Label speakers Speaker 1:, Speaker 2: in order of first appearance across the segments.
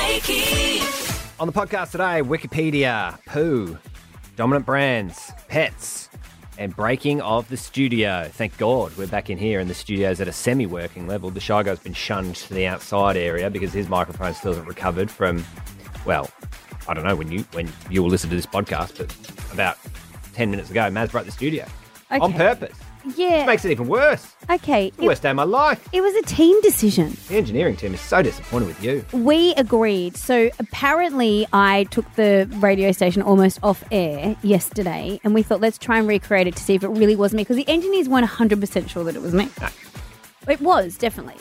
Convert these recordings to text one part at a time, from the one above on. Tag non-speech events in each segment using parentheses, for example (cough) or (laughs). Speaker 1: Wakey.
Speaker 2: On the podcast today, Wikipedia, poo, dominant brands, pets, and breaking of the studio. Thank God we're back in here, and the studio's at a semi working level. The Shy Guy's been shunned to the outside area because his microphone still hasn't recovered from, well, I don't know when you when you will listen to this podcast, but about 10 minutes ago, Maz broke the studio on
Speaker 3: Okay.
Speaker 2: purpose.
Speaker 3: Yeah.
Speaker 2: Which makes it even worse.
Speaker 3: okay. It,
Speaker 2: Worst day of my life.
Speaker 3: it was a team decision.
Speaker 2: The engineering team is so disappointed with you. (laughs)
Speaker 3: We agreed. So apparently, I took the radio station almost off air yesterday, and we thought let's try and recreate it to see if it really was me because the engineers weren't hundred percent sure that it was me. It was definitely.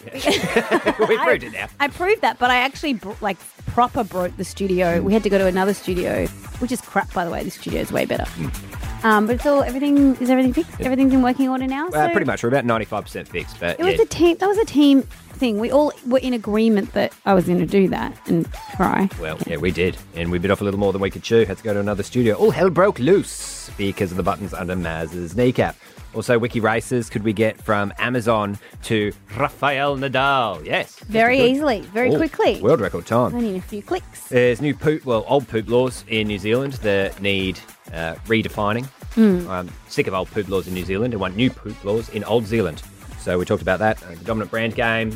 Speaker 2: we proved it now.
Speaker 3: (laughs) I proved that, but I actually bro- like proper broke the studio. We had to go to another studio, which is crap, by the way. This studio is way better.
Speaker 2: Hmm.
Speaker 3: Um, but it's all everything is everything fixed. Everything's in working order now.
Speaker 2: Well,
Speaker 3: so
Speaker 2: Uh, pretty much, we're about 95% fixed, but
Speaker 3: It was
Speaker 2: yeah.
Speaker 3: a team. That was a team thing. We all were in agreement that I was going to do that and try.
Speaker 2: Well, yeah, we did. And we bit off a little more than we could chew. Had to go to another studio. All hell broke loose because of the buttons under Maz's kneecap. Also, wiki races could we get from Amazon to Rafael Nadal? Yes.
Speaker 3: Very
Speaker 2: Good.
Speaker 3: easily, very
Speaker 2: Oh,
Speaker 3: quickly.
Speaker 2: World record
Speaker 3: I
Speaker 2: time.
Speaker 3: need a few clicks.
Speaker 2: There's new poop, well, old poop laws in New Zealand that need uh, redefining.
Speaker 3: Hmm.
Speaker 2: I'm sick of old poop laws in New Zealand and want new poop laws in Old Zealand. So we talked about that. Uh, the dominant brand game.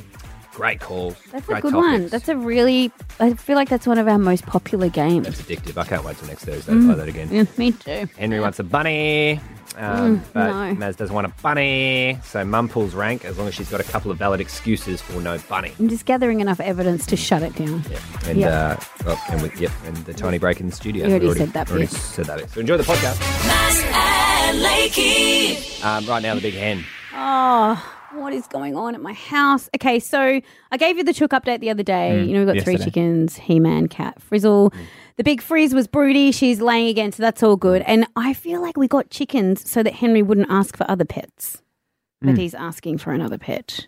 Speaker 2: Great calls.
Speaker 3: That's a
Speaker 2: great
Speaker 3: good
Speaker 2: topics.
Speaker 3: one. That's a really. I feel like that's one of our most popular games. (laughs)
Speaker 2: That's addictive. I can't wait till next Thursday to play that again.
Speaker 3: Mm. Yeah, me too.
Speaker 2: Henry wants a bunny. Um, but
Speaker 3: no.
Speaker 2: Maz doesn't want a bunny. So Mum pulls rank as long as she's got a couple of valid excuses for no bunny.
Speaker 3: I'm just gathering enough evidence to shut it down.
Speaker 2: Yeah. And,
Speaker 3: Yeah.
Speaker 2: Uh, oh, and, we, yep, and the tiny break in the studio.
Speaker 3: You already
Speaker 2: We
Speaker 3: said that
Speaker 2: already
Speaker 3: bit.
Speaker 2: said that bit. So enjoy the podcast.
Speaker 1: Maz and Lakey.
Speaker 2: Um, right now, the big hen.
Speaker 3: Oh, what is going on at my house? Okay, so I gave you the chook update the other day. you know, we've got
Speaker 2: yesterday.
Speaker 3: three chickens, He Man, Cat, Frizzle. The big frizz was broody. She's laying again, so that's all good. And I feel like we got chickens so that Henry wouldn't ask for other pets, but he's asking for another pet.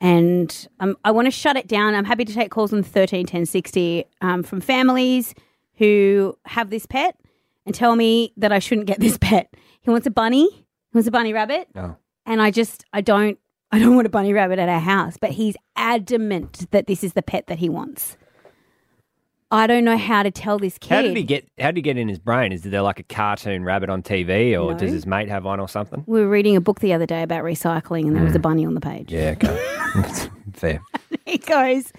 Speaker 3: And um, I want to shut it down. I'm happy to take calls on 13 10 60 um, from families who have this pet and tell me that I shouldn't get this (laughs) pet. He wants a bunny. He wants a bunny rabbit
Speaker 2: Oh.
Speaker 3: and I just I don't I don't want a bunny rabbit at our house, but he's adamant that this is the pet that he wants. I don't know how to tell this kid.
Speaker 2: How did he get? How did he get in his brain? Is there like a cartoon rabbit on TV, or
Speaker 3: No.
Speaker 2: does his mate have one or something?
Speaker 3: we were reading a book the other day about recycling, and there
Speaker 2: Mm.
Speaker 3: was a bunny on the page.
Speaker 2: Yeah, okay, (laughs)
Speaker 3: (laughs)
Speaker 2: fair.
Speaker 3: He goes,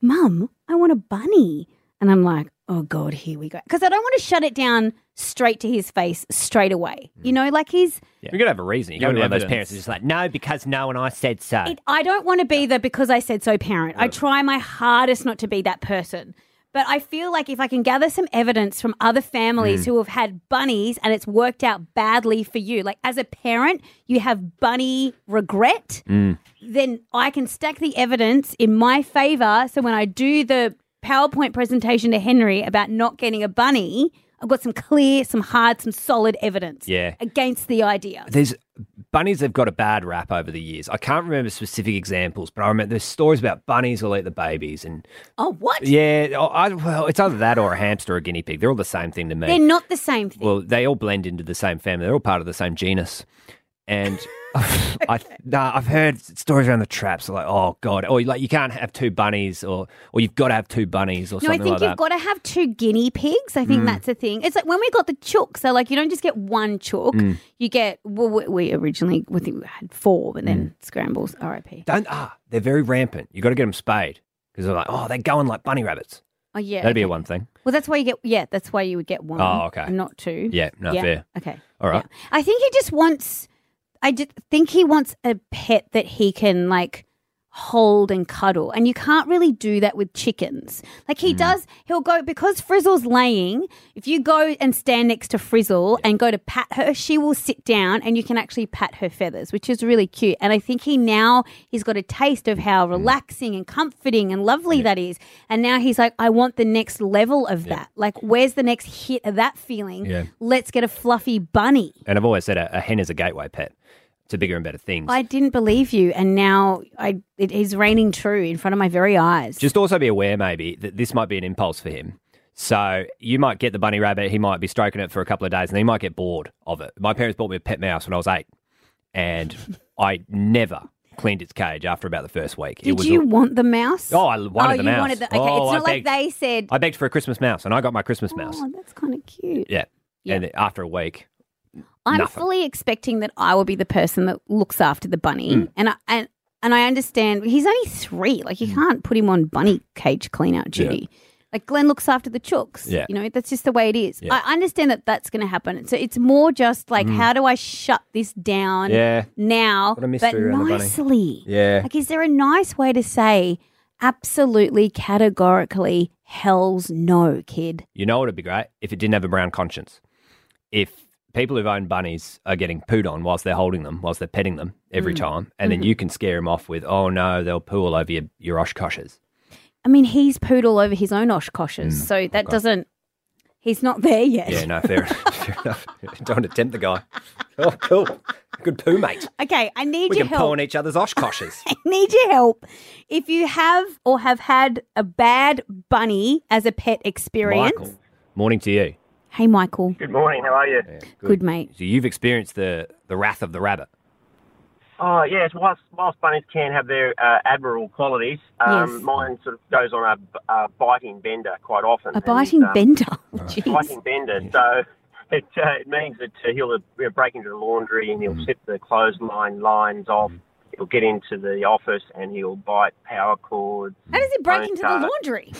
Speaker 3: "Mum, I want a bunny," and I'm like, "Oh God, here we go," because I don't want to shut it down straight to his face straight away. You know, like he's
Speaker 2: Yeah. You're gonna have a reason. You
Speaker 4: You
Speaker 2: can't
Speaker 4: want
Speaker 2: be one of those
Speaker 4: evidence.
Speaker 2: parents who's just like, no, because no, and I said so.
Speaker 3: it, I don't want to be the because I said so parent. I try my hardest not to be that person. But I feel like if I can gather some evidence from other families
Speaker 2: Mm.
Speaker 3: who have had bunnies and it's worked out badly for you, like as a parent, you have bunny regret,
Speaker 2: Mm.
Speaker 3: then I can stack the evidence in my favor. So when I do the PowerPoint presentation to Henry about not getting a bunny, I've got some clear, some hard, some solid evidence
Speaker 2: Yeah.
Speaker 3: against the idea.
Speaker 2: there's bunnies have got a bad rap over the years. I can't remember specific examples, but I remember there's stories about bunnies will eat the babies, and
Speaker 3: Oh, what?
Speaker 2: yeah, oh, I, well, it's either that or a hamster or a guinea pig. They're all the same thing to me.
Speaker 3: They're not the same thing.
Speaker 2: well, they all blend into the same family. They're all part of the same genus, and. (laughs) I nah, I've heard stories around the traps like oh god or like you can't have two bunnies or or you've got to have two bunnies or
Speaker 3: No, I
Speaker 2: something
Speaker 3: think
Speaker 2: like
Speaker 3: you've
Speaker 2: that. Mm.
Speaker 3: got to have two guinea pigs. I think that's a thing. It's like when we got the chook. So, like, you don't just get one chook.
Speaker 2: Mm.
Speaker 3: You get, well, we, we originally, we think we had four, but then
Speaker 2: Mm.
Speaker 3: scrambles, RIP.
Speaker 2: Don't ah they're very rampant. You got to get them spayed because they're like oh they're going like bunny rabbits.
Speaker 3: Oh, yeah.
Speaker 2: That'd be
Speaker 3: okay.
Speaker 2: one thing.
Speaker 3: Well, that's why you get, yeah, that's why you would get one.
Speaker 2: Oh, okay.
Speaker 3: and not two.
Speaker 2: Yeah, no fair.
Speaker 3: Okay.
Speaker 2: All right.
Speaker 3: Yeah. I think he just wants, I just think he wants a pet that he can, like, hold and cuddle. And you can't really do that with chickens. Like he does, he'll go because Frizzle's laying. If you go and stand next to Frizzle and go to pat her, she will sit down and you can actually pat her feathers, which is really cute. And I think he now he's got a taste of how relaxing and comforting and lovely that is. And now he's like, I want the next level of that. Like, where's the next hit of that feeling?
Speaker 2: Yeah.
Speaker 3: Let's get a fluffy bunny.
Speaker 2: And I've always said a, a hen is a gateway pet to bigger and better things.
Speaker 3: I didn't believe you, and now I it is raining true in front of my very eyes.
Speaker 2: Just also be aware, maybe, that this might be an impulse for him. So you might get the bunny rabbit, he might be stroking it for a couple of days, and then he might
Speaker 3: (laughs)
Speaker 2: get bored of it. My parents bought me a pet mouse when I was eight, and I never cleaned its cage after about the first week. it
Speaker 3: Did
Speaker 2: was
Speaker 3: you want the mouse?
Speaker 2: Oh, I wanted
Speaker 3: oh,
Speaker 2: the
Speaker 3: you
Speaker 2: mouse.
Speaker 3: wanted the. Okay,
Speaker 2: Oh,
Speaker 3: it's
Speaker 2: I
Speaker 3: not like
Speaker 2: begged-
Speaker 3: they said.
Speaker 2: I begged for a Christmas mouse, and I got my Christmas mouse.
Speaker 3: Oh, that's kind of cute.
Speaker 2: Yeah.
Speaker 3: Yeah.
Speaker 2: And after a week,
Speaker 3: I'm
Speaker 2: nothing.
Speaker 3: fully expecting that I will be the person that looks after the bunny,
Speaker 2: Mm.
Speaker 3: and I and and I understand he's only three. Like
Speaker 2: Mm.
Speaker 3: you can't put him on bunny cage clean out duty. Like Glenn looks after the chooks.
Speaker 2: Yeah.
Speaker 3: You know, that's just the way it is.
Speaker 2: Yeah. Mm.
Speaker 3: I understand that that's going to happen. So it's more just like, how do I shut this down
Speaker 2: yeah,
Speaker 3: now,
Speaker 2: What a
Speaker 3: but
Speaker 2: mystery around the bunny.
Speaker 3: nicely?
Speaker 2: yeah,
Speaker 3: Like, is there a nice way to say absolutely categorically, hell's no, kid?
Speaker 2: You know what would be great? If it didn't have a brown conscience. If people who've owned bunnies are getting pooed on whilst they're holding them, whilst they're petting them every
Speaker 3: Mm.
Speaker 2: time, and
Speaker 3: Mm-hmm.
Speaker 2: then you can scare them off with, oh no, they'll poo all over your, your
Speaker 3: (laughs)
Speaker 2: Oshkoshes.
Speaker 3: I mean, he's pooed all over his own Oshkoshes, so that doesn't, he's not there yet.
Speaker 2: Mm, Yeah, no, fair, (laughs) fair enough. Don't attempt the guy. Oh, cool. Good poo, mate.
Speaker 3: (laughs) Okay, I need
Speaker 2: We
Speaker 3: your
Speaker 2: can poo
Speaker 3: help.
Speaker 2: on each other's Oshkoshes.
Speaker 3: (laughs) I need your help. If you have or have had a bad bunny as a pet experience,
Speaker 2: Michael, morning to you.
Speaker 3: hey, Michael,
Speaker 4: Good morning. How are you?
Speaker 2: Yeah,
Speaker 3: good. mate.
Speaker 2: So you've experienced the, the wrath of the rabbit.
Speaker 4: Oh yes, whilst, whilst bunnies can have their uh, admirable qualities, um,
Speaker 3: Yes.
Speaker 4: mine sort of goes on a, a biting bender quite often.
Speaker 3: A
Speaker 4: And,
Speaker 3: biting
Speaker 4: um,
Speaker 3: bender. (laughs) Jeez.
Speaker 4: Biting bender. So (laughs) it, uh, it means that uh, he'll uh, break into the laundry and he'll sip the clothesline lines off. He'll get into the office and he'll bite power cords.
Speaker 3: How does he break into the
Speaker 4: Uh,
Speaker 3: laundry?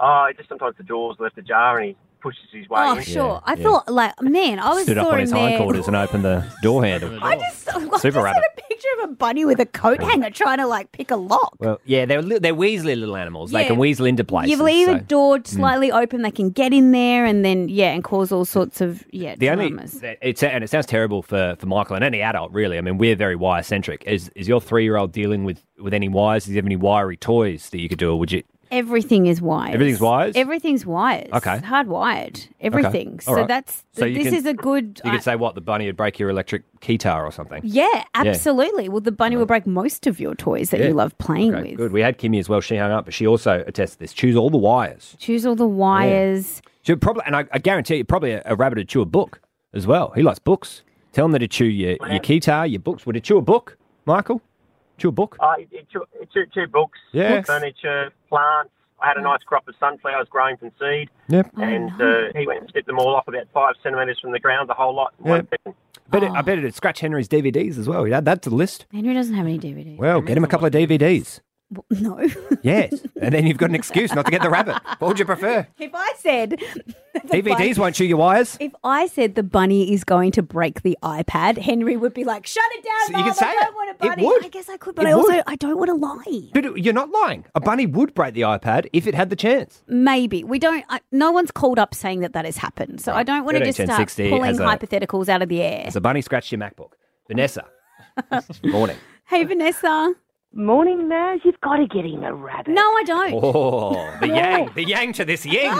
Speaker 4: Oh, just sometimes the door's left ajar and he pushes his way
Speaker 3: Oh,
Speaker 4: in.
Speaker 3: sure. I
Speaker 2: yeah.
Speaker 3: thought, like, man, I was
Speaker 2: Stood up
Speaker 3: thought
Speaker 2: on
Speaker 3: in
Speaker 2: his
Speaker 3: there-
Speaker 2: hindquarters and opened the
Speaker 3: (laughs)
Speaker 2: door handle.
Speaker 3: I just, I just
Speaker 2: Super
Speaker 3: had
Speaker 2: rabbit.
Speaker 3: a picture of a bunny with a coat hanger trying to like pick a lock.
Speaker 2: Well, yeah, they're li- they're weaselly little animals. They
Speaker 3: Yeah.
Speaker 2: can weasel into places.
Speaker 3: you leave
Speaker 2: so- hmm.
Speaker 3: a door slightly open, they can get in there and then yeah, and cause all sorts of yeah
Speaker 2: the only
Speaker 3: dramas.
Speaker 2: it's and it sounds terrible for, for Michael and any adult really. I mean, we're very wire centric. Is is your three year old dealing with, with any wires? Does he have any wiry toys that you could do, or would you?
Speaker 3: Everything is wired.
Speaker 2: Everything's wires?
Speaker 3: Everything's wired.
Speaker 2: Okay.
Speaker 3: hardwired. Everything. So
Speaker 2: All right.
Speaker 3: that's
Speaker 2: So you
Speaker 3: this
Speaker 2: can-
Speaker 3: is a good.
Speaker 2: You
Speaker 3: I-
Speaker 2: could say what the bunny would break your electric guitar or something.
Speaker 3: yeah, absolutely. Well, the bunny will break most of your toys that
Speaker 2: Yeah.
Speaker 3: you love playing
Speaker 2: Okay,
Speaker 3: with.
Speaker 2: good. We had Kimmy as well. She hung up, but she also attests to this. Choose all the wires.
Speaker 3: Choose all the wires.
Speaker 2: She would probably, and I, I guarantee you, probably a, a rabbit would chew a book as well. He likes books. Tell him that to chew your your guitar, your books. Would it chew a book, Michael? Chew a book.
Speaker 4: Uh, it, it, two, two, two books,
Speaker 2: Yeah. Books.
Speaker 4: furniture, plants. I had a nice crop of sunflowers growing from seed,
Speaker 2: Yep.
Speaker 4: and uh, he went and stepped them all off about five centimetres from the ground, the whole lot. in one sitting.
Speaker 2: Bet it, I bet it'd scratch Henry's DVDs as well. He'd add that to the list.
Speaker 3: Henry doesn't have any DVDs.
Speaker 2: Well, get him a couple of DVDs.
Speaker 3: (laughs) no.
Speaker 2: Yes. and then you've got an excuse not to get the rabbit. What would you prefer?
Speaker 3: if I said (laughs)
Speaker 2: DVDs won't chew your wires.
Speaker 3: If I said the bunny is going to break the iPad, Henry would be like, "Shut it down,
Speaker 2: So you
Speaker 3: Mum,
Speaker 2: can say
Speaker 3: I don't
Speaker 2: it.
Speaker 3: want a
Speaker 2: It
Speaker 3: bunny."
Speaker 2: would.
Speaker 3: I guess I could, but
Speaker 2: It
Speaker 3: I also
Speaker 2: would.
Speaker 3: I don't want to lie.
Speaker 2: But it- you're not lying. A bunny would break the iPad if it had the chance.
Speaker 3: Mm. Maybe we don't. I, no one's called up saying that that has happened, so I don't want to
Speaker 2: 13,
Speaker 3: just start
Speaker 2: 60
Speaker 3: pulling
Speaker 2: has a-
Speaker 3: hypotheticals out of the air.
Speaker 2: As a bunny scratched your MacBook. Vanessa. Morning. (laughs)
Speaker 3: Hey, Vanessa.
Speaker 5: Morning, Naz. You've got to get him a rabbit.
Speaker 3: No, I don't.
Speaker 2: Oh, the yang. The yang to this yin.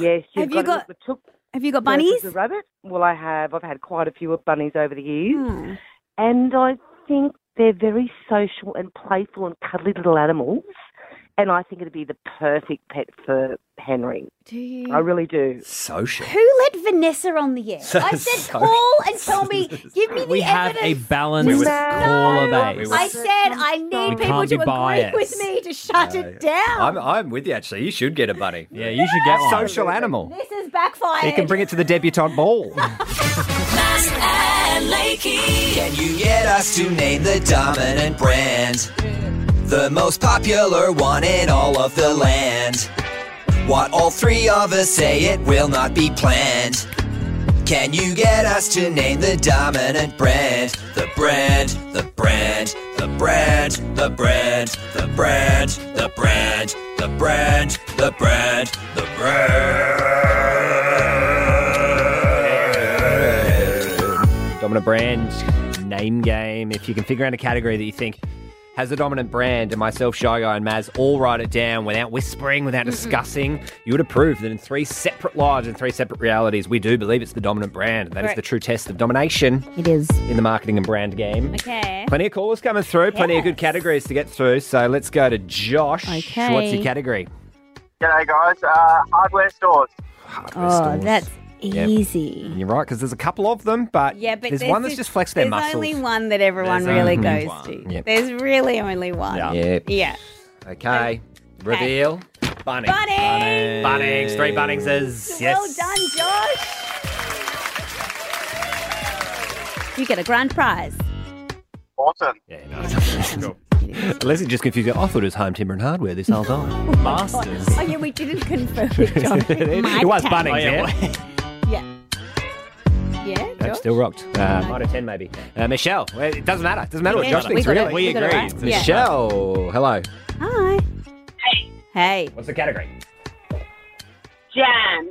Speaker 5: Yes, you've
Speaker 3: Have you
Speaker 5: got,
Speaker 3: got
Speaker 5: to look the
Speaker 3: Have you got
Speaker 5: chook versus
Speaker 3: bunnies?
Speaker 5: The rabbit. Well, I have. I've had quite a few of bunnies over the years,
Speaker 3: Hmm.
Speaker 5: and I think they're very social and playful and cuddly little animals. And I think it'd be the perfect pet for Henry.
Speaker 3: Do you?
Speaker 5: I really do.
Speaker 2: Social.
Speaker 3: Who let Vanessa on the air? I
Speaker 2: (laughs)
Speaker 3: said,
Speaker 2: so-
Speaker 3: call and
Speaker 2: (laughs)
Speaker 3: tell me. Give me the
Speaker 6: We have a
Speaker 3: evidence.
Speaker 6: balanced
Speaker 2: We were-
Speaker 6: caller
Speaker 5: No.
Speaker 6: base.
Speaker 3: I said I
Speaker 6: We
Speaker 3: need people
Speaker 6: can't
Speaker 3: to
Speaker 6: be
Speaker 3: agree
Speaker 6: biased.
Speaker 3: with me to shut it down.
Speaker 2: I'm, I'm with you, actually. You should get a bunny.
Speaker 6: yeah, you should get one.
Speaker 2: (laughs) Social animal.
Speaker 3: this is backfired.
Speaker 2: He can bring it to the debutante ball.
Speaker 1: Mass and Lakey.
Speaker 7: Can you get us to name the dominant brand? The most popular one in all of the land. What all three of us say, it will not be planned. Can you get us to name the dominant brand? The brand, the brand, the brand, the brand, the brand, the brand, the brand, the brand, the brand.
Speaker 2: dominant brand name game. If you can figure out a category that you think has a dominant brand, and myself, Shy Guy, and Maz all write it down without whispering, without
Speaker 3: Mm-hmm.
Speaker 2: discussing, you would approve that in three separate lives and three separate realities, we do believe it's the dominant brand. That is
Speaker 3: Correct.
Speaker 2: the true test of domination
Speaker 3: It is.
Speaker 2: in the marketing and brand game.
Speaker 3: Okay.
Speaker 2: Plenty of callers coming through, plenty of good
Speaker 3: Yes.
Speaker 2: categories to get through. So let's go to Josh. What's
Speaker 3: Okay.
Speaker 2: your category?
Speaker 4: G'day, guys. Uh, hardware stores.
Speaker 3: Oh, that's
Speaker 2: Yep.
Speaker 3: easy.
Speaker 2: You're right, because there's a couple of them, but,
Speaker 3: Yeah, but
Speaker 2: there's, one that's
Speaker 3: this-
Speaker 2: just flexed their
Speaker 3: there's
Speaker 2: muscles.
Speaker 3: only one that everyone
Speaker 2: There's
Speaker 3: really
Speaker 2: only
Speaker 3: goes
Speaker 2: one.
Speaker 3: to.
Speaker 2: Yep.
Speaker 3: There's really only one.
Speaker 2: Yeah.
Speaker 7: Yep.
Speaker 3: Yeah.
Speaker 7: Okay. Reveal.
Speaker 2: Bunny.
Speaker 3: Bunny!
Speaker 2: Bunnings, three Bunningses.
Speaker 3: Well
Speaker 2: yes.
Speaker 3: done, Josh. You get a grand prize.
Speaker 6: Awesome.
Speaker 2: Yeah, no. Leslie just confused. you. I thought it was home timber and hardware this whole
Speaker 3: (laughs)
Speaker 2: time. Masters.
Speaker 3: Oh, yeah, we didn't (laughs) confirm it,
Speaker 2: (laughs)
Speaker 3: John.
Speaker 2: it was Bunnings, Oh, yeah.
Speaker 3: Yeah. Yeah,
Speaker 2: Nope,
Speaker 3: Josh?
Speaker 2: still rocked. Uh, nine or ten, maybe. Uh, Michelle. well, It doesn't matter. It doesn't matter what
Speaker 3: Yeah,
Speaker 2: Josh
Speaker 3: we
Speaker 2: thinks,
Speaker 3: got it.
Speaker 2: really.
Speaker 3: We got it
Speaker 7: agree.
Speaker 3: right.
Speaker 7: It's
Speaker 3: Yeah.
Speaker 7: Michelle. Hello.
Speaker 3: Hi. Hey. Hey.
Speaker 2: What's the category? (laughs)
Speaker 6: Jam.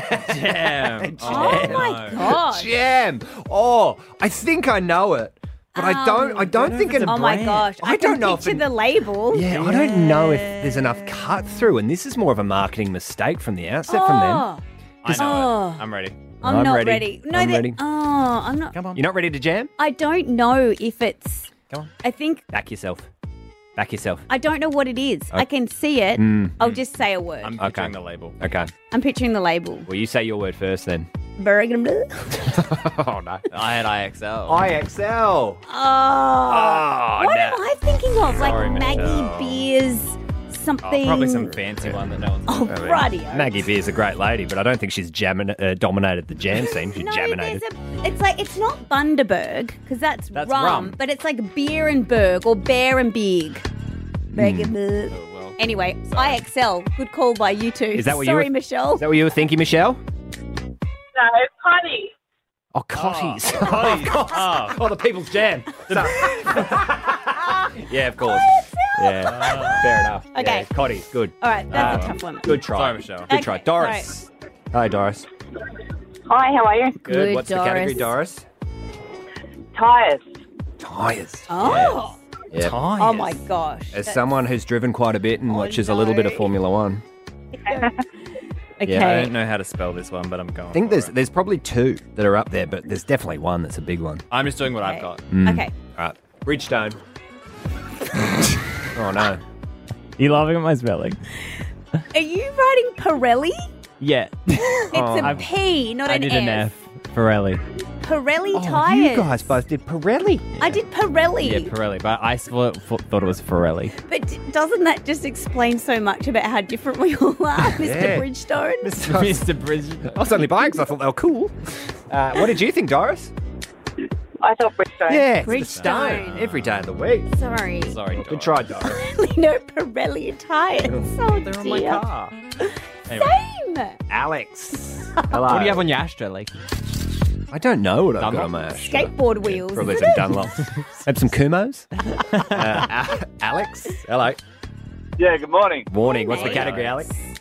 Speaker 8: Damn.
Speaker 3: Oh my gosh.
Speaker 7: Jam. Oh, I think I know it, but I don't. I don't think it.
Speaker 3: Um, Oh my gosh.
Speaker 7: I
Speaker 3: I, can
Speaker 7: don't know if
Speaker 3: picture
Speaker 7: it-
Speaker 3: the label.
Speaker 2: Yeah, I don't know if there's enough cut through, and this is more of a marketing mistake from the outset from them.
Speaker 3: Oh,
Speaker 8: I know.
Speaker 3: Oh.
Speaker 8: It. I'm ready.
Speaker 3: I'm,
Speaker 2: I'm
Speaker 3: not
Speaker 2: ready.
Speaker 3: ready. No,
Speaker 2: I'm
Speaker 3: that-
Speaker 2: ready.
Speaker 3: Oh, I'm not.
Speaker 8: Come on.
Speaker 2: You're not ready to jam?
Speaker 3: I don't know if it's.
Speaker 8: Come on.
Speaker 3: I think
Speaker 2: Back yourself. Back yourself.
Speaker 3: I don't know what it is. I can see it. I'll just say a word.
Speaker 8: I'm
Speaker 2: Okay.
Speaker 3: I'm,
Speaker 8: picturing the label.
Speaker 2: Okay.
Speaker 3: picturing the label.
Speaker 2: Well, you say your word first then.
Speaker 3: Burgundy.
Speaker 2: oh, no.
Speaker 8: I had IXL.
Speaker 2: IXL.
Speaker 3: Oh, Ah. what
Speaker 2: Oh, no.
Speaker 3: am I thinking of?
Speaker 2: Ah, Sorry,
Speaker 3: like Maggie
Speaker 2: Michelle.
Speaker 3: Beers, something.
Speaker 8: Oh, probably some fancy one that no one's.
Speaker 3: Oh, radio.
Speaker 2: Maggie Beer's a great lady, but I don't think she's jamming, uh, dominated the jam scene. She's
Speaker 3: No,
Speaker 2: jaminated.
Speaker 3: there's a. It's like it's not Bundaberg because that's,
Speaker 8: That's
Speaker 3: rum,
Speaker 8: rum.
Speaker 3: but it's like beer and berg or bear and big.
Speaker 2: Hmm.
Speaker 3: Berg and Berg.
Speaker 8: Oh, well.
Speaker 3: Anyway, IXL. Good call by you two.
Speaker 2: Is that what you
Speaker 3: Sorry,
Speaker 2: were-
Speaker 3: Michelle.
Speaker 2: Is that what you were thinking, Michelle?
Speaker 6: No, honey.
Speaker 2: Oh, Cotties. (laughs)
Speaker 8: Oh,
Speaker 2: Oh, the people's jam. (laughs) yeah, of course. Yeah, fair enough.
Speaker 3: Okay.
Speaker 2: Yeah, Cotties, good.
Speaker 3: All right, that's a
Speaker 2: Um,
Speaker 3: tough one.
Speaker 2: Good try.
Speaker 8: Sorry, Michelle.
Speaker 2: Good try.
Speaker 3: Okay,
Speaker 2: Doris. Hi, Doris.
Speaker 6: Hi, how are you?
Speaker 2: Good.
Speaker 3: Good,
Speaker 2: What's the category, Doris?
Speaker 6: Tires.
Speaker 2: Tires.
Speaker 3: Oh,
Speaker 7: Yep.
Speaker 3: oh my gosh.
Speaker 2: As
Speaker 3: That-
Speaker 2: someone who's driven quite a bit and watches a little bit of
Speaker 3: no.
Speaker 2: Formula One,
Speaker 3: okay.
Speaker 2: yeah,
Speaker 8: I don't know how to spell this one, but I'm going.
Speaker 2: I think
Speaker 8: for
Speaker 2: there's
Speaker 8: it.
Speaker 2: there's probably two that are up there, but there's definitely one that's a big one.
Speaker 8: I'm just doing what I've got.
Speaker 3: Okay.
Speaker 2: All right, Bridgestone. oh no.
Speaker 8: You laughing at my spelling?
Speaker 3: Are you writing Pirelli? (laughs)
Speaker 8: Yeah.
Speaker 3: It's
Speaker 2: Oh,
Speaker 3: a P, not an F.
Speaker 8: Pirelli.
Speaker 3: Pirelli
Speaker 2: Oh,
Speaker 3: tires.
Speaker 2: you guys both did Pirelli. (laughs)
Speaker 3: I did Pirelli.
Speaker 8: Yeah, Pirelli. But I thought, thought it
Speaker 2: (laughs)
Speaker 8: was Pirelli.
Speaker 3: but d- doesn't that just explain so much about how different we all are, (laughs) Mr.
Speaker 2: Yeah.
Speaker 3: Bridgestone?
Speaker 8: Mr. Bridget.
Speaker 2: I was only buying because I thought they were cool. Uh, what did you think, Doris?
Speaker 6: I thought Bridgestone.
Speaker 2: Yeah, it's the
Speaker 3: Bridgestone.
Speaker 2: stone every day of the week.
Speaker 3: Sorry.
Speaker 8: (laughs) Sorry. Dora.
Speaker 2: Good try, Doris. (laughs)
Speaker 3: Really no Pirelli tires. Oh,
Speaker 8: They're on my
Speaker 3: dear. (laughs)
Speaker 8: car. Anyway,
Speaker 3: Same.
Speaker 2: Alex. Hello.
Speaker 8: what do you have on your Astra, like?
Speaker 2: I don't know what I've got
Speaker 8: Dunlop?
Speaker 2: on my ash.
Speaker 3: Skateboard wheels.
Speaker 2: Probably
Speaker 3: is
Speaker 2: some
Speaker 3: it?
Speaker 2: Dunlop. (laughs) Have some Kumos. Uh, A- Alex. Hello.
Speaker 9: Yeah, good morning.
Speaker 2: Warning. What's the
Speaker 8: Hey,
Speaker 2: category, Alex?
Speaker 8: Alex.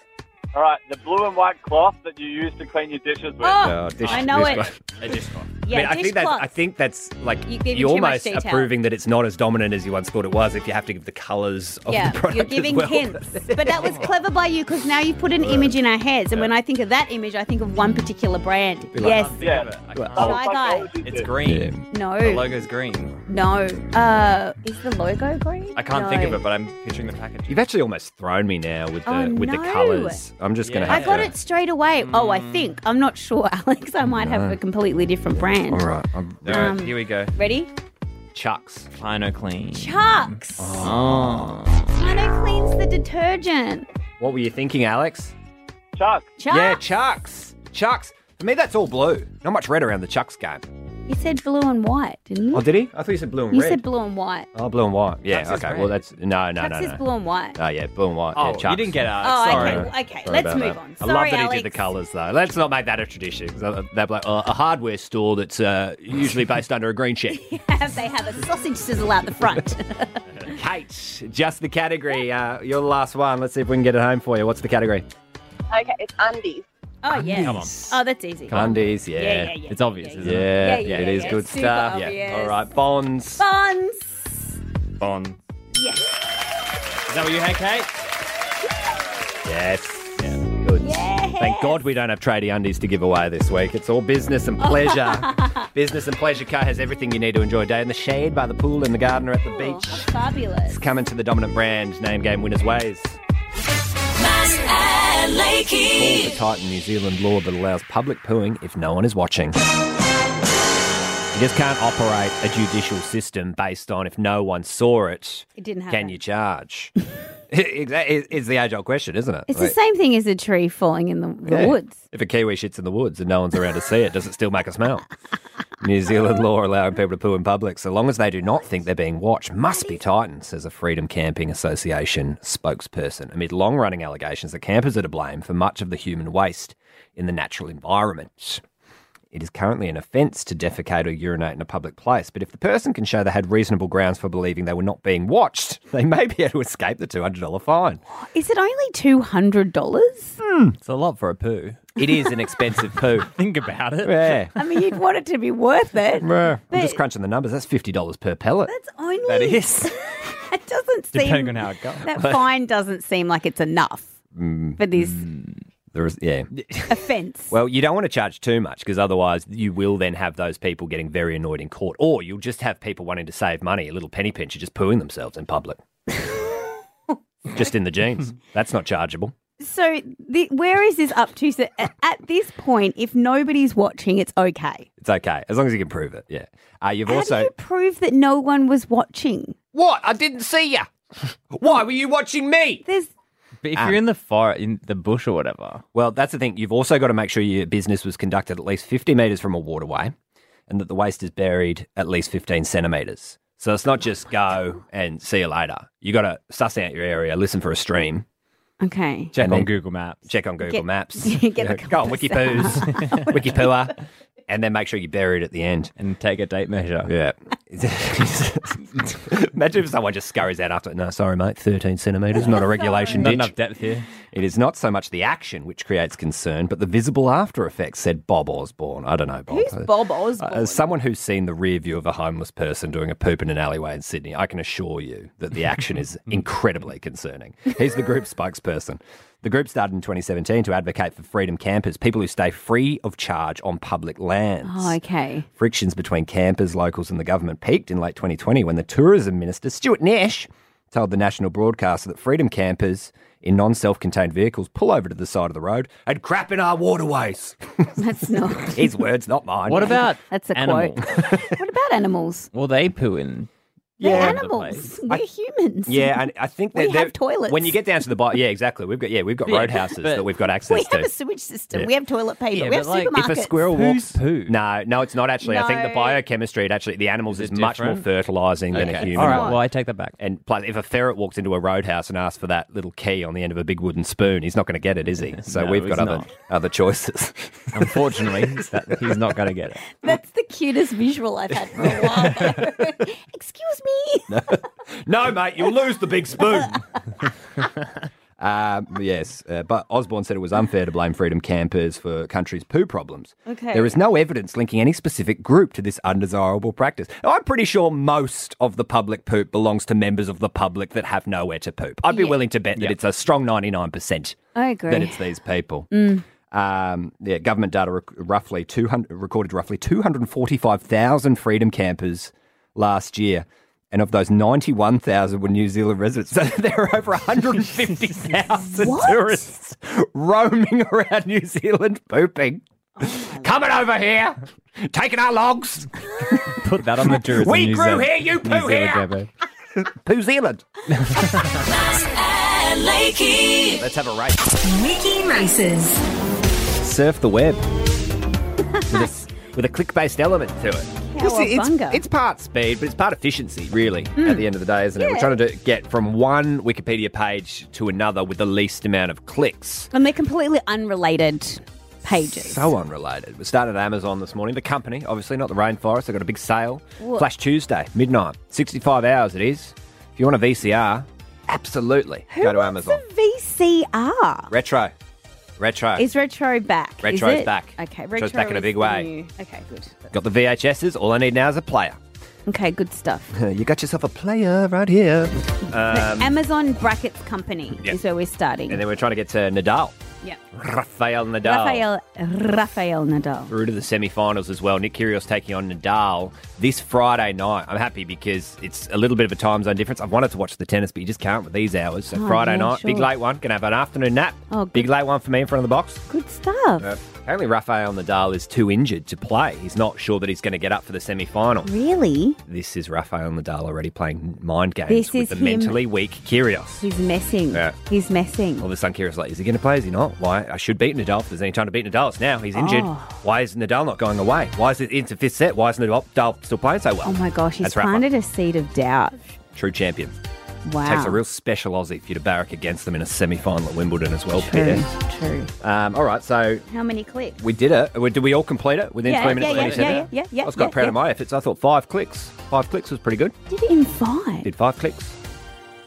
Speaker 9: All right, the blue and white cloth that you use to clean your dishes with.
Speaker 3: Oh,
Speaker 2: Oh, dish-
Speaker 3: I know
Speaker 2: dish-
Speaker 3: it.
Speaker 8: A dishcloth.
Speaker 2: I,
Speaker 3: Yeah,
Speaker 2: mean, I think that's,
Speaker 3: dishcloth.
Speaker 2: I think that's like
Speaker 3: You
Speaker 2: you are
Speaker 3: gave him too much
Speaker 2: almost
Speaker 3: detail.
Speaker 2: approving that it's not as dominant as you once thought it was. If you have to give the colours of
Speaker 3: yeah,
Speaker 2: the product,
Speaker 3: you're
Speaker 2: as
Speaker 3: giving
Speaker 2: well. (laughs)
Speaker 3: hints. But that was clever by you because now you've put an image in our heads, and when I think of that image, I think of one particular brand. Yes,
Speaker 9: Yeah.
Speaker 8: Think of it. I can't.
Speaker 9: Oh,
Speaker 3: Shy
Speaker 9: fuck,
Speaker 3: Guy.
Speaker 9: what would you
Speaker 8: It's
Speaker 9: do?
Speaker 8: green. The
Speaker 3: no,
Speaker 8: logo's green.
Speaker 3: no. Uh, is the logo green?
Speaker 8: I can't
Speaker 3: No.
Speaker 8: think of it, but I'm picturing the package.
Speaker 2: You've actually almost thrown me now with the
Speaker 3: Oh,
Speaker 2: with the
Speaker 3: no.
Speaker 2: colours. I'm just gonna.
Speaker 8: Yeah.
Speaker 2: Have
Speaker 3: I got
Speaker 2: to-
Speaker 3: it straight away. Oh,
Speaker 2: Mm.
Speaker 3: I think I'm not sure, (laughs) Alex. I might have a completely different brand.
Speaker 2: All right. I'm
Speaker 8: All right,
Speaker 3: Um,
Speaker 8: here we go.
Speaker 3: Ready?
Speaker 2: Chucks.
Speaker 8: Pino clean.
Speaker 3: Chucks.
Speaker 2: Ah.
Speaker 3: Nano cleans the detergent.
Speaker 2: What were you thinking, Alex?
Speaker 9: Chuck,
Speaker 3: Chucks.
Speaker 2: Yeah, Chucks. Chucks. For me, that's all blue. Not much red around the Chucks game.
Speaker 3: you said blue and white, didn't you?
Speaker 2: Oh, did he? I thought you said blue and
Speaker 3: you
Speaker 2: red.
Speaker 3: said blue and white.
Speaker 2: oh, blue and white. Yeah.
Speaker 8: Chucks is
Speaker 2: okay.
Speaker 8: red.
Speaker 2: Well, that's no, no,
Speaker 3: Chucks
Speaker 2: no,
Speaker 3: is
Speaker 2: no.
Speaker 3: blue and white.
Speaker 2: Oh yeah, blue and white.
Speaker 8: Oh,
Speaker 2: yeah, Chucks.
Speaker 8: you didn't get Alex.
Speaker 3: Oh,
Speaker 8: Sorry.
Speaker 3: okay. Well, okay,
Speaker 2: Sorry
Speaker 3: let's
Speaker 2: about
Speaker 3: move
Speaker 2: that.
Speaker 3: on.
Speaker 2: I love
Speaker 3: Sorry,
Speaker 2: that he
Speaker 3: Alex.
Speaker 2: did the colours though. Let's not make that a tradition. 'cause that- That like uh, a hardware store that's uh, usually based under a green
Speaker 3: (laughs)
Speaker 2: shed.
Speaker 3: Have they have a sausage sizzle out the front?
Speaker 2: (laughs) Kate, just the category. Uh, you're the last one. Let's see if we can get it home for you. What's the category?
Speaker 6: Okay, it's undies.
Speaker 3: oh yeah.
Speaker 8: Come on.
Speaker 3: Oh, that's easy.
Speaker 2: Undies.
Speaker 3: Yeah, yeah, yeah.
Speaker 8: It's obvious,
Speaker 3: yeah,
Speaker 8: isn't
Speaker 3: yeah.
Speaker 8: it?
Speaker 2: Yeah,
Speaker 3: yeah,
Speaker 2: it
Speaker 3: yeah,
Speaker 2: is
Speaker 3: yeah.
Speaker 2: good
Speaker 3: Super
Speaker 2: stuff.
Speaker 3: obvious.
Speaker 2: All right, bonds.
Speaker 3: Bonds.
Speaker 8: Bond.
Speaker 3: Yes.
Speaker 8: Is that what you had, Kate?
Speaker 2: Yes. Yeah, good.
Speaker 3: Yes.
Speaker 2: Thank God we don't have tradie undies to give away this week. It's all business and
Speaker 3: (laughs)
Speaker 2: pleasure. business and pleasure car has everything you need to enjoy a day in the shade, by the pool, in the garden, or at the
Speaker 3: Oh,
Speaker 2: beach.
Speaker 3: how fabulous.
Speaker 2: It's coming to the dominant brand name game winners ways.
Speaker 1: Mass and and
Speaker 2: Called
Speaker 1: Lakey.
Speaker 2: the Titan New Zealand law that allows public pooing if no one is watching. You just can't operate a judicial system based on if no one saw it,
Speaker 3: It didn't happen.
Speaker 2: can you charge? (laughs) Exactly, it's the age old question, isn't it?
Speaker 3: It's
Speaker 2: Like,
Speaker 3: the same thing as a tree falling in the, the
Speaker 2: yeah.
Speaker 3: woods.
Speaker 2: If a kiwi shits in the woods and no one's around to see it, does it still make a smell? New Zealand law allowing people to poo in public, so long as they do not think they're being watched, must be tightened, says a Freedom Camping Association spokesperson, amid long running allegations that campers are to blame for much of the human waste in the natural environment. It is currently an offence to defecate or urinate in a public place, but if the person can show they had reasonable grounds for believing they were not being watched, they may be able to escape the $200 fine.
Speaker 3: Is it only two hundred dollars?
Speaker 8: It's a lot for a poo.
Speaker 2: It is an expensive
Speaker 3: (laughs)
Speaker 2: poo.
Speaker 8: Think about it.
Speaker 2: Yeah.
Speaker 3: I mean, you'd want it to be worth it.
Speaker 2: I'm
Speaker 3: But-
Speaker 2: just crunching the numbers. That's fifty dollars per pellet.
Speaker 3: That's only.
Speaker 2: That is.
Speaker 3: (laughs)
Speaker 2: (laughs)
Speaker 3: It doesn't seem.
Speaker 8: Depending on how it goes.
Speaker 3: that fine doesn't seem like it's enough for this
Speaker 2: There is, yeah.
Speaker 3: offence.
Speaker 2: Well, you don't want to charge too much because otherwise you will then have those people getting very annoyed in court, or you'll just have people wanting to save money, a little penny pincher, just pooing themselves in (laughs) public, just in the jeans. That's not chargeable.
Speaker 3: so, the, where is this up to? So, a- at this point, if nobody's watching, it's okay.
Speaker 2: It's okay as long as you can prove it. Yeah. Uh, you've
Speaker 3: How
Speaker 2: also
Speaker 3: do you prove that no one was watching?
Speaker 2: what? I didn't see you. Why were you watching me?
Speaker 3: There's
Speaker 8: But if you're in the forest, in the bush or whatever,
Speaker 2: Well, that's the thing. You've also got to make sure your business was conducted at least 50 metres from a waterway and that the waste is buried at least 15 centimetres. So it's not just go and see you later. you got to suss out your area, listen for a stream,
Speaker 3: okay.
Speaker 8: check
Speaker 2: And
Speaker 8: on
Speaker 2: then-
Speaker 8: Google Maps.
Speaker 2: check on Google
Speaker 3: Get-
Speaker 2: Maps,
Speaker 3: (laughs) get
Speaker 2: you
Speaker 3: the
Speaker 2: know, go on
Speaker 3: compass
Speaker 2: Wikipoos, (laughs) Wikipua, and then make sure you bury it at the end.
Speaker 8: and take a tape measure.
Speaker 2: Yeah. (laughs) Imagine if someone just scurries out after, no, sorry, mate, 13 centimetres, not a
Speaker 3: (laughs)
Speaker 2: regulation
Speaker 8: Not
Speaker 2: ditch.
Speaker 8: enough depth here.
Speaker 2: It is not so much the action which creates concern, but the visible after effects, said Bob Osborne. I don't know, Bob. Uh,
Speaker 3: Who's Bob Osborne?
Speaker 2: As someone who's seen the rear view of a homeless person doing a poop in an alleyway in Sydney, I can assure you that the action
Speaker 3: (laughs)
Speaker 2: is incredibly concerning. He's the group spokesperson. The group started in 2017 to advocate for freedom campers, people who stay free of charge on public lands.
Speaker 3: oh, okay.
Speaker 2: Frictions between campers, locals, and the government peaked in late 2020 when the tourism minister, Stuart Nash, told the national broadcaster that freedom campers in non self contained vehicles pull over to the side of the road and crap in our waterways. (laughs)
Speaker 3: (laughs) That's not.
Speaker 2: His words, not mine.
Speaker 8: What (laughs) about
Speaker 3: That's a
Speaker 8: animals?
Speaker 3: (laughs) What about animals?
Speaker 8: Well, they poo in.
Speaker 3: They're
Speaker 8: Yeah.
Speaker 3: animals. We're
Speaker 2: (laughs)
Speaker 3: humans. (laughs)
Speaker 2: Yeah, and I think
Speaker 3: We
Speaker 2: that they're-
Speaker 3: have toilets.
Speaker 2: When you get down to the bottom, yeah, exactly. We've got yeah, we've got
Speaker 8: Yeah,
Speaker 2: roadhouses
Speaker 8: but-
Speaker 2: that we've got access
Speaker 3: We
Speaker 2: to.
Speaker 3: have a sewage system.
Speaker 2: Yeah.
Speaker 3: We have toilet paper.
Speaker 8: Yeah,
Speaker 3: we have
Speaker 8: but, like,
Speaker 3: supermarkets.
Speaker 2: if a squirrel
Speaker 8: Who's
Speaker 2: walks,
Speaker 8: poo?
Speaker 2: no, no, it's not actually. I think the
Speaker 3: No.
Speaker 2: biochemistry, it actually the animals is,
Speaker 8: Is it
Speaker 2: much more
Speaker 8: different?
Speaker 2: fertilizing than a
Speaker 8: Okay.
Speaker 2: human.
Speaker 8: All right.
Speaker 2: one.
Speaker 8: Well, I take that back.
Speaker 2: And plus, if a ferret walks into a roadhouse and asks for that little key on the end of a big wooden spoon, he's not going to get it, is
Speaker 8: (laughs)
Speaker 2: he? So
Speaker 8: No,
Speaker 2: we've
Speaker 8: he's
Speaker 2: got other
Speaker 8: not.
Speaker 2: (laughs) other choices.
Speaker 8: (laughs)
Speaker 2: (laughs)
Speaker 8: Unfortunately, that, he's not going to get it.
Speaker 3: (laughs) That's the cutest visual I've had for a
Speaker 2: (laughs)
Speaker 3: while. (laughs) Excuse me.
Speaker 2: no, mate, you'll lose the big
Speaker 8: (laughs)
Speaker 2: spoon. um, yes, uh, but Osborne said it was unfair to blame freedom campers for countries' poo problems.
Speaker 3: Okay.
Speaker 2: There is no evidence linking any specific group to this undesirable practice. Now, I'm pretty sure most of the public poop belongs to members of the public that have nowhere to poop. I'd be willing to bet that it's a strong 99%.
Speaker 3: I agree. Mm.
Speaker 2: That it's these people. Um, yeah, government data rec- roughly 200, recorded roughly 245,000 freedom campers last year. And of those, 91,000 were New Zealand residents. (laughs) So there are over
Speaker 3: (laughs)
Speaker 2: 150,000
Speaker 3: What?
Speaker 2: tourists roaming around New Zealand pooping.
Speaker 3: Oh
Speaker 2: Coming over here, taking our logs.
Speaker 8: Put that (laughs) on the tourism.
Speaker 2: We
Speaker 8: New
Speaker 2: grew
Speaker 8: Zealand-
Speaker 2: here, you
Speaker 8: New
Speaker 2: poo
Speaker 8: Zealand
Speaker 2: here.
Speaker 8: campaign.
Speaker 2: Poo Zealand.
Speaker 1: Mass and Lakey.
Speaker 2: Let's have a race.
Speaker 1: Mickey Races.
Speaker 2: surf the web with, a, with a click-based element to it. It's,
Speaker 3: Cowabunga.
Speaker 2: it's, it's part speed, but it's part efficiency, really, at the end of the day, isn't it? We're trying to do- get from one Wikipedia page to another with the least amount of clicks.
Speaker 3: and they're completely unrelated pages.
Speaker 2: So unrelated. We started at Amazon this morning. The company, obviously, not the rainforest. They've got a big sale. Flash Tuesday, midnight. 65 hours it is. If you want a VCR, absolutely go to Amazon.
Speaker 3: VCR
Speaker 2: Retro. Retro.
Speaker 3: is retro back.
Speaker 2: Retro's
Speaker 3: is it?
Speaker 2: back.
Speaker 3: Okay, retro
Speaker 2: Retro's back in a
Speaker 3: is
Speaker 2: big
Speaker 3: the
Speaker 2: way.
Speaker 3: new- Okay, good.
Speaker 2: got the VHSs. All I need now is a player.
Speaker 3: Okay, good stuff.
Speaker 2: (laughs) Uh, You got yourself a player right here.
Speaker 3: The Amazon brackets company
Speaker 2: Um, yeah.
Speaker 3: is where we're starting.
Speaker 2: And then we're trying to get to Nadal.
Speaker 3: Yeah.
Speaker 2: Rafael Nadal.
Speaker 3: Rafael Rafael Nadal.
Speaker 2: Through to the semi-finals as well. Nick Kyrgios taking on Nadal this Friday night. I'm happy because it's a little bit of a time zone difference. I've wanted to watch the tennis, but you just can't with these hours. So
Speaker 3: Oh,
Speaker 2: Friday
Speaker 3: yeah,
Speaker 2: night, big
Speaker 3: sure.
Speaker 2: late one. Gonna have an afternoon nap.
Speaker 3: Oh, good.
Speaker 2: big late one for me in front of the box.
Speaker 3: Good stuff.
Speaker 2: Uh, apparently, Rafael Nadal is too injured to play. He's not sure that he's going to get up for the semi-final.
Speaker 3: Really?
Speaker 2: This is Rafael Nadal already playing mind games
Speaker 3: This
Speaker 2: with
Speaker 3: is
Speaker 2: the
Speaker 3: him.
Speaker 2: mentally weak Kyrgios.
Speaker 3: He's messing.
Speaker 2: Yeah.
Speaker 3: He's messing.
Speaker 2: All of a sudden, Kyrgios like, is he going to play? Is he not? Why? I should beat Nadal. If there's any time to beat Nadal, it's now. He's injured.
Speaker 3: Oh.
Speaker 2: Why is Nadal not going away? Why is it into fifth set? Why is Nadal Nadal still playing so well?
Speaker 3: Oh my gosh, he's
Speaker 2: That's Rafa.
Speaker 3: planted a seed of doubt.
Speaker 2: True champion.
Speaker 3: Wow.
Speaker 2: Takes a real special Aussie for you to barrack against them in a semi-final at Wimbledon as well,
Speaker 3: true,
Speaker 2: Peter.
Speaker 3: true.
Speaker 2: Um, all right, so
Speaker 3: How many clicks?
Speaker 2: we did it. We- Did we all complete it within
Speaker 3: Yeah,
Speaker 2: three minutes?
Speaker 3: yeah,
Speaker 2: of
Speaker 3: yeah,
Speaker 2: the
Speaker 3: yeah,
Speaker 2: episode?
Speaker 3: yeah, yeah,
Speaker 2: I was quite
Speaker 3: yeah,
Speaker 2: proud of
Speaker 3: yeah.
Speaker 2: my efforts. I thought five clicks. Five clicks was pretty good.
Speaker 3: Did it in five.
Speaker 2: Did five clicks.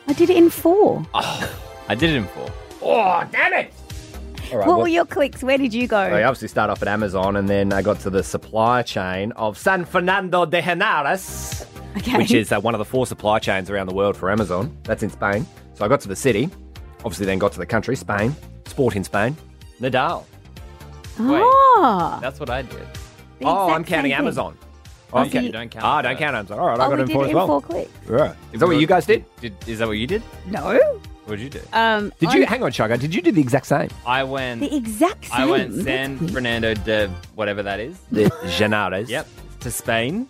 Speaker 3: I did it in four.
Speaker 8: I did it in four.
Speaker 2: Oh, damn it! All right,
Speaker 3: what
Speaker 2: well-
Speaker 3: were your clicks? Where did you go?
Speaker 2: I obviously start off at Amazon and then I got to the supply chain of San Fernando de Henares,
Speaker 3: Okay.
Speaker 2: which is uh, one of the four supply chains around the world for Amazon. That's in Spain. So I got to the city, obviously, then got to the country, Spain, sport in Spain, Nadal.
Speaker 3: (laughs) Ah,
Speaker 8: That's what I did.
Speaker 3: the
Speaker 2: Oh,
Speaker 3: exact
Speaker 2: I'm counting
Speaker 3: same thing.
Speaker 2: Amazon.
Speaker 3: Oh,
Speaker 2: I'm
Speaker 3: so
Speaker 2: counting-
Speaker 3: you-
Speaker 8: Don't count.
Speaker 2: Ah, don't count Amazon. All right, I got
Speaker 3: Oh, we
Speaker 2: it in
Speaker 3: did
Speaker 2: four
Speaker 3: it
Speaker 2: as
Speaker 3: in
Speaker 2: well.
Speaker 3: four clicks.
Speaker 2: Yeah. Is that what you guys did?
Speaker 8: did? Is that what you did?
Speaker 3: No.
Speaker 8: What did you do?
Speaker 3: Um,
Speaker 2: Did
Speaker 3: I'm-
Speaker 2: you hang on, Chaga? Did you do the exact same?
Speaker 8: I went.
Speaker 3: the exact same?
Speaker 8: I went
Speaker 3: That's
Speaker 8: San
Speaker 3: weird.
Speaker 8: Fernando de whatever that is.
Speaker 2: The Genares.
Speaker 8: Yep. To Spain.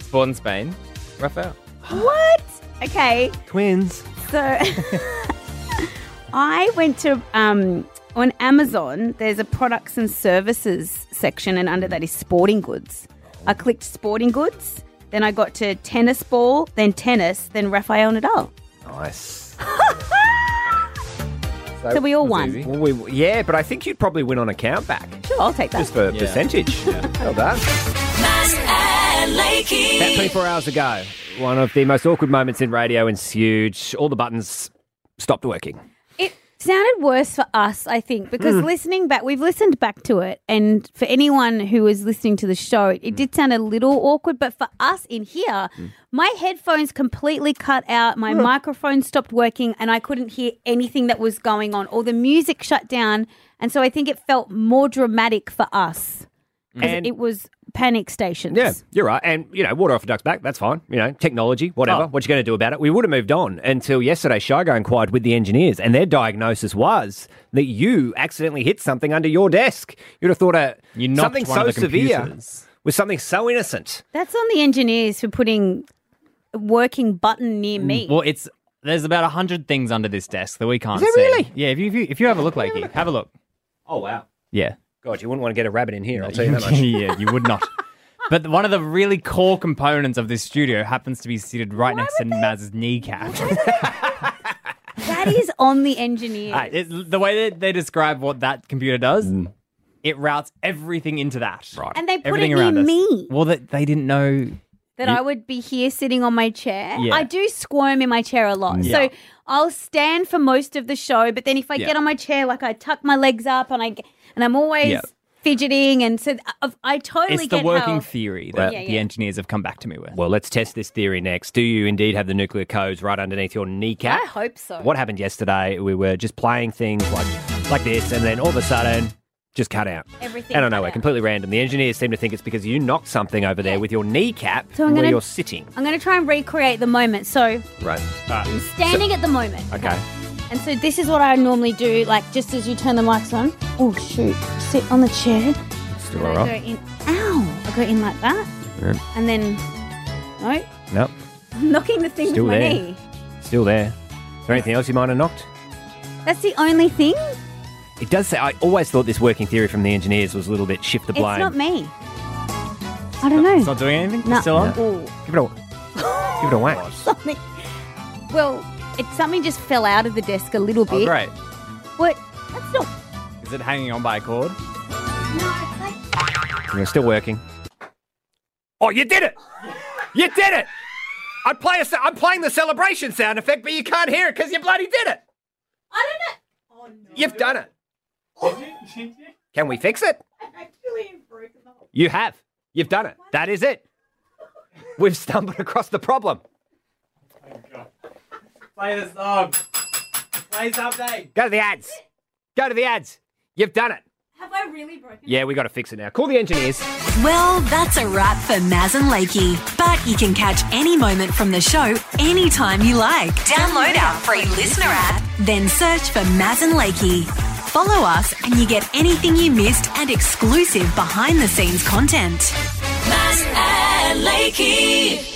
Speaker 8: Spawn Spain. Rafael.
Speaker 3: What? Okay,
Speaker 2: Twins.
Speaker 3: so (laughs) I went to um, on Amazon. There's a products and services section, and under that is sporting goods. I clicked sporting goods. Then I got to tennis ball, then tennis, then Rafael Nadal. (laughs)
Speaker 2: Nice.
Speaker 3: So we all won.
Speaker 8: easy.
Speaker 2: Well, we, yeah, but I think you'd probably win on a count back.
Speaker 3: Sure, I'll take that.
Speaker 2: Just for
Speaker 8: Yeah.
Speaker 2: percentage. Well done.
Speaker 1: Mass and Lakey.
Speaker 2: About 24 hours ago, one of the most awkward moments in radio ensued. All the buttons stopped working.
Speaker 3: It sounded worse for us, I think, because listening back, we've listened back to it, and for anyone who was listening to the show, it did sound a little awkward. But for us in here, my headphones completely cut out, my microphone stopped working, and I couldn't hear anything that was going on. All the music shut down, and so I think it felt more dramatic for us. 'cause
Speaker 2: And-
Speaker 3: it was panic stations.
Speaker 2: Yeah, you're right. And, you know, water off a duck's back, that's fine. You know, technology, whatever.
Speaker 8: Oh.
Speaker 2: What you going to do about it? We would have moved on until yesterday. Shygo inquired with the engineers, and their diagnosis was that you accidentally hit something under your desk. You'd have thought a,
Speaker 8: You knocked
Speaker 2: something
Speaker 8: one
Speaker 2: so
Speaker 8: of the
Speaker 2: severe
Speaker 8: computers.
Speaker 2: was something so innocent.
Speaker 3: That's on the engineers for putting a working button near me.
Speaker 8: Well, it's there's about a hundred things under this desk that we can't
Speaker 2: there
Speaker 8: see.
Speaker 2: really?
Speaker 8: Yeah. If you if you, if you have a look, Lakey, have a look.
Speaker 2: Oh, wow.
Speaker 8: Yeah.
Speaker 2: God, you wouldn't want to get a rabbit in here, I'll tell you that much.
Speaker 8: yeah, (laughs) you would not. But one of the really core components of this studio happens to be seated right next to Maz's kneecap.
Speaker 3: that is on the engineers.
Speaker 8: Uh, (laughs) it- the way that they describe what that computer does, it routes everything into that. Right.
Speaker 3: And they put
Speaker 8: everything
Speaker 3: it near
Speaker 8: around us.
Speaker 3: me.
Speaker 8: Well, that they didn't know.
Speaker 3: that
Speaker 8: You-
Speaker 3: I would be here sitting on my chair.
Speaker 8: Yeah.
Speaker 3: I do squirm in my chair a lot.
Speaker 8: Yeah.
Speaker 3: So I'll stand for most of the show, but then if I
Speaker 8: Yeah.
Speaker 3: get on my chair, like I tuck my legs up and I g- and I'm always
Speaker 8: Yeah.
Speaker 3: fidgeting and so I, I totally
Speaker 8: It's the
Speaker 3: get
Speaker 8: working
Speaker 3: how,
Speaker 8: theory that
Speaker 3: Yeah,
Speaker 8: the
Speaker 3: yeah.
Speaker 8: engineers have come back to me with.
Speaker 2: Well, let's test this theory next. Do you indeed have the nuclear codes right underneath your kneecap?
Speaker 3: I hope so.
Speaker 2: What happened yesterday? We were just playing things like like this, and then all of a sudden, just cut out.
Speaker 3: Everything
Speaker 2: I don't
Speaker 3: cut
Speaker 2: know. We're
Speaker 3: out.
Speaker 2: completely random. The engineers seem to think it's because you knocked something over there with your kneecap
Speaker 3: So I'm
Speaker 2: where
Speaker 3: gonna-
Speaker 2: you're sitting.
Speaker 3: I'm going to try and recreate the moment. So
Speaker 2: Right.
Speaker 3: I'm standing at the moment.
Speaker 2: Okay.
Speaker 3: And so this is what I normally do, like just as you turn the mics on. Oh, shoot. Sit on the chair.
Speaker 2: Still
Speaker 3: And I
Speaker 2: alright.
Speaker 3: go in. Ow! I go in like that.
Speaker 2: Yeah.
Speaker 3: And then, no,
Speaker 2: Nope.
Speaker 3: I'm knocking the thing
Speaker 2: Still
Speaker 3: with my
Speaker 2: there.
Speaker 3: knee.
Speaker 2: Still there. Is there anything else you might have knocked?
Speaker 3: That's the only thing.
Speaker 2: It does say. I always thought this working theory from the engineers was a little bit shift the
Speaker 3: It's
Speaker 2: blame.
Speaker 3: not me. I don't know.
Speaker 8: It's not doing anything.
Speaker 3: No.
Speaker 8: It's still on.
Speaker 3: Ooh, (laughs)
Speaker 2: Give it a. Give it a whack.
Speaker 3: something. Well, it's something just fell out of the desk a little
Speaker 8: Oh,
Speaker 3: bit.
Speaker 8: great.
Speaker 3: What? That's not.
Speaker 8: Is it hanging on by a cord?
Speaker 3: No, it's like
Speaker 2: We're still working. Oh, you did it! You did it! I play a, ce- I'm playing the celebration sound effect, but you can't hear it because you bloody did it.
Speaker 3: I don't know.
Speaker 2: You've done it. Can we fix it? You have. You've done it. That is it. We've stumbled across the problem.
Speaker 8: Play the song. Play something.
Speaker 2: Go to the ads. Go to the ads. You've done it.
Speaker 3: Have I really broken?
Speaker 2: Yeah, we got to fix it now. Call the engineers.
Speaker 1: Well, that's a wrap for Maz and Lakey. But you can catch any moment from the show anytime you like. Download our free listener app, then search for Maz and Lakey. Follow us and you get anything you missed and exclusive behind the scenes content.
Speaker 7: Maz and Lakey.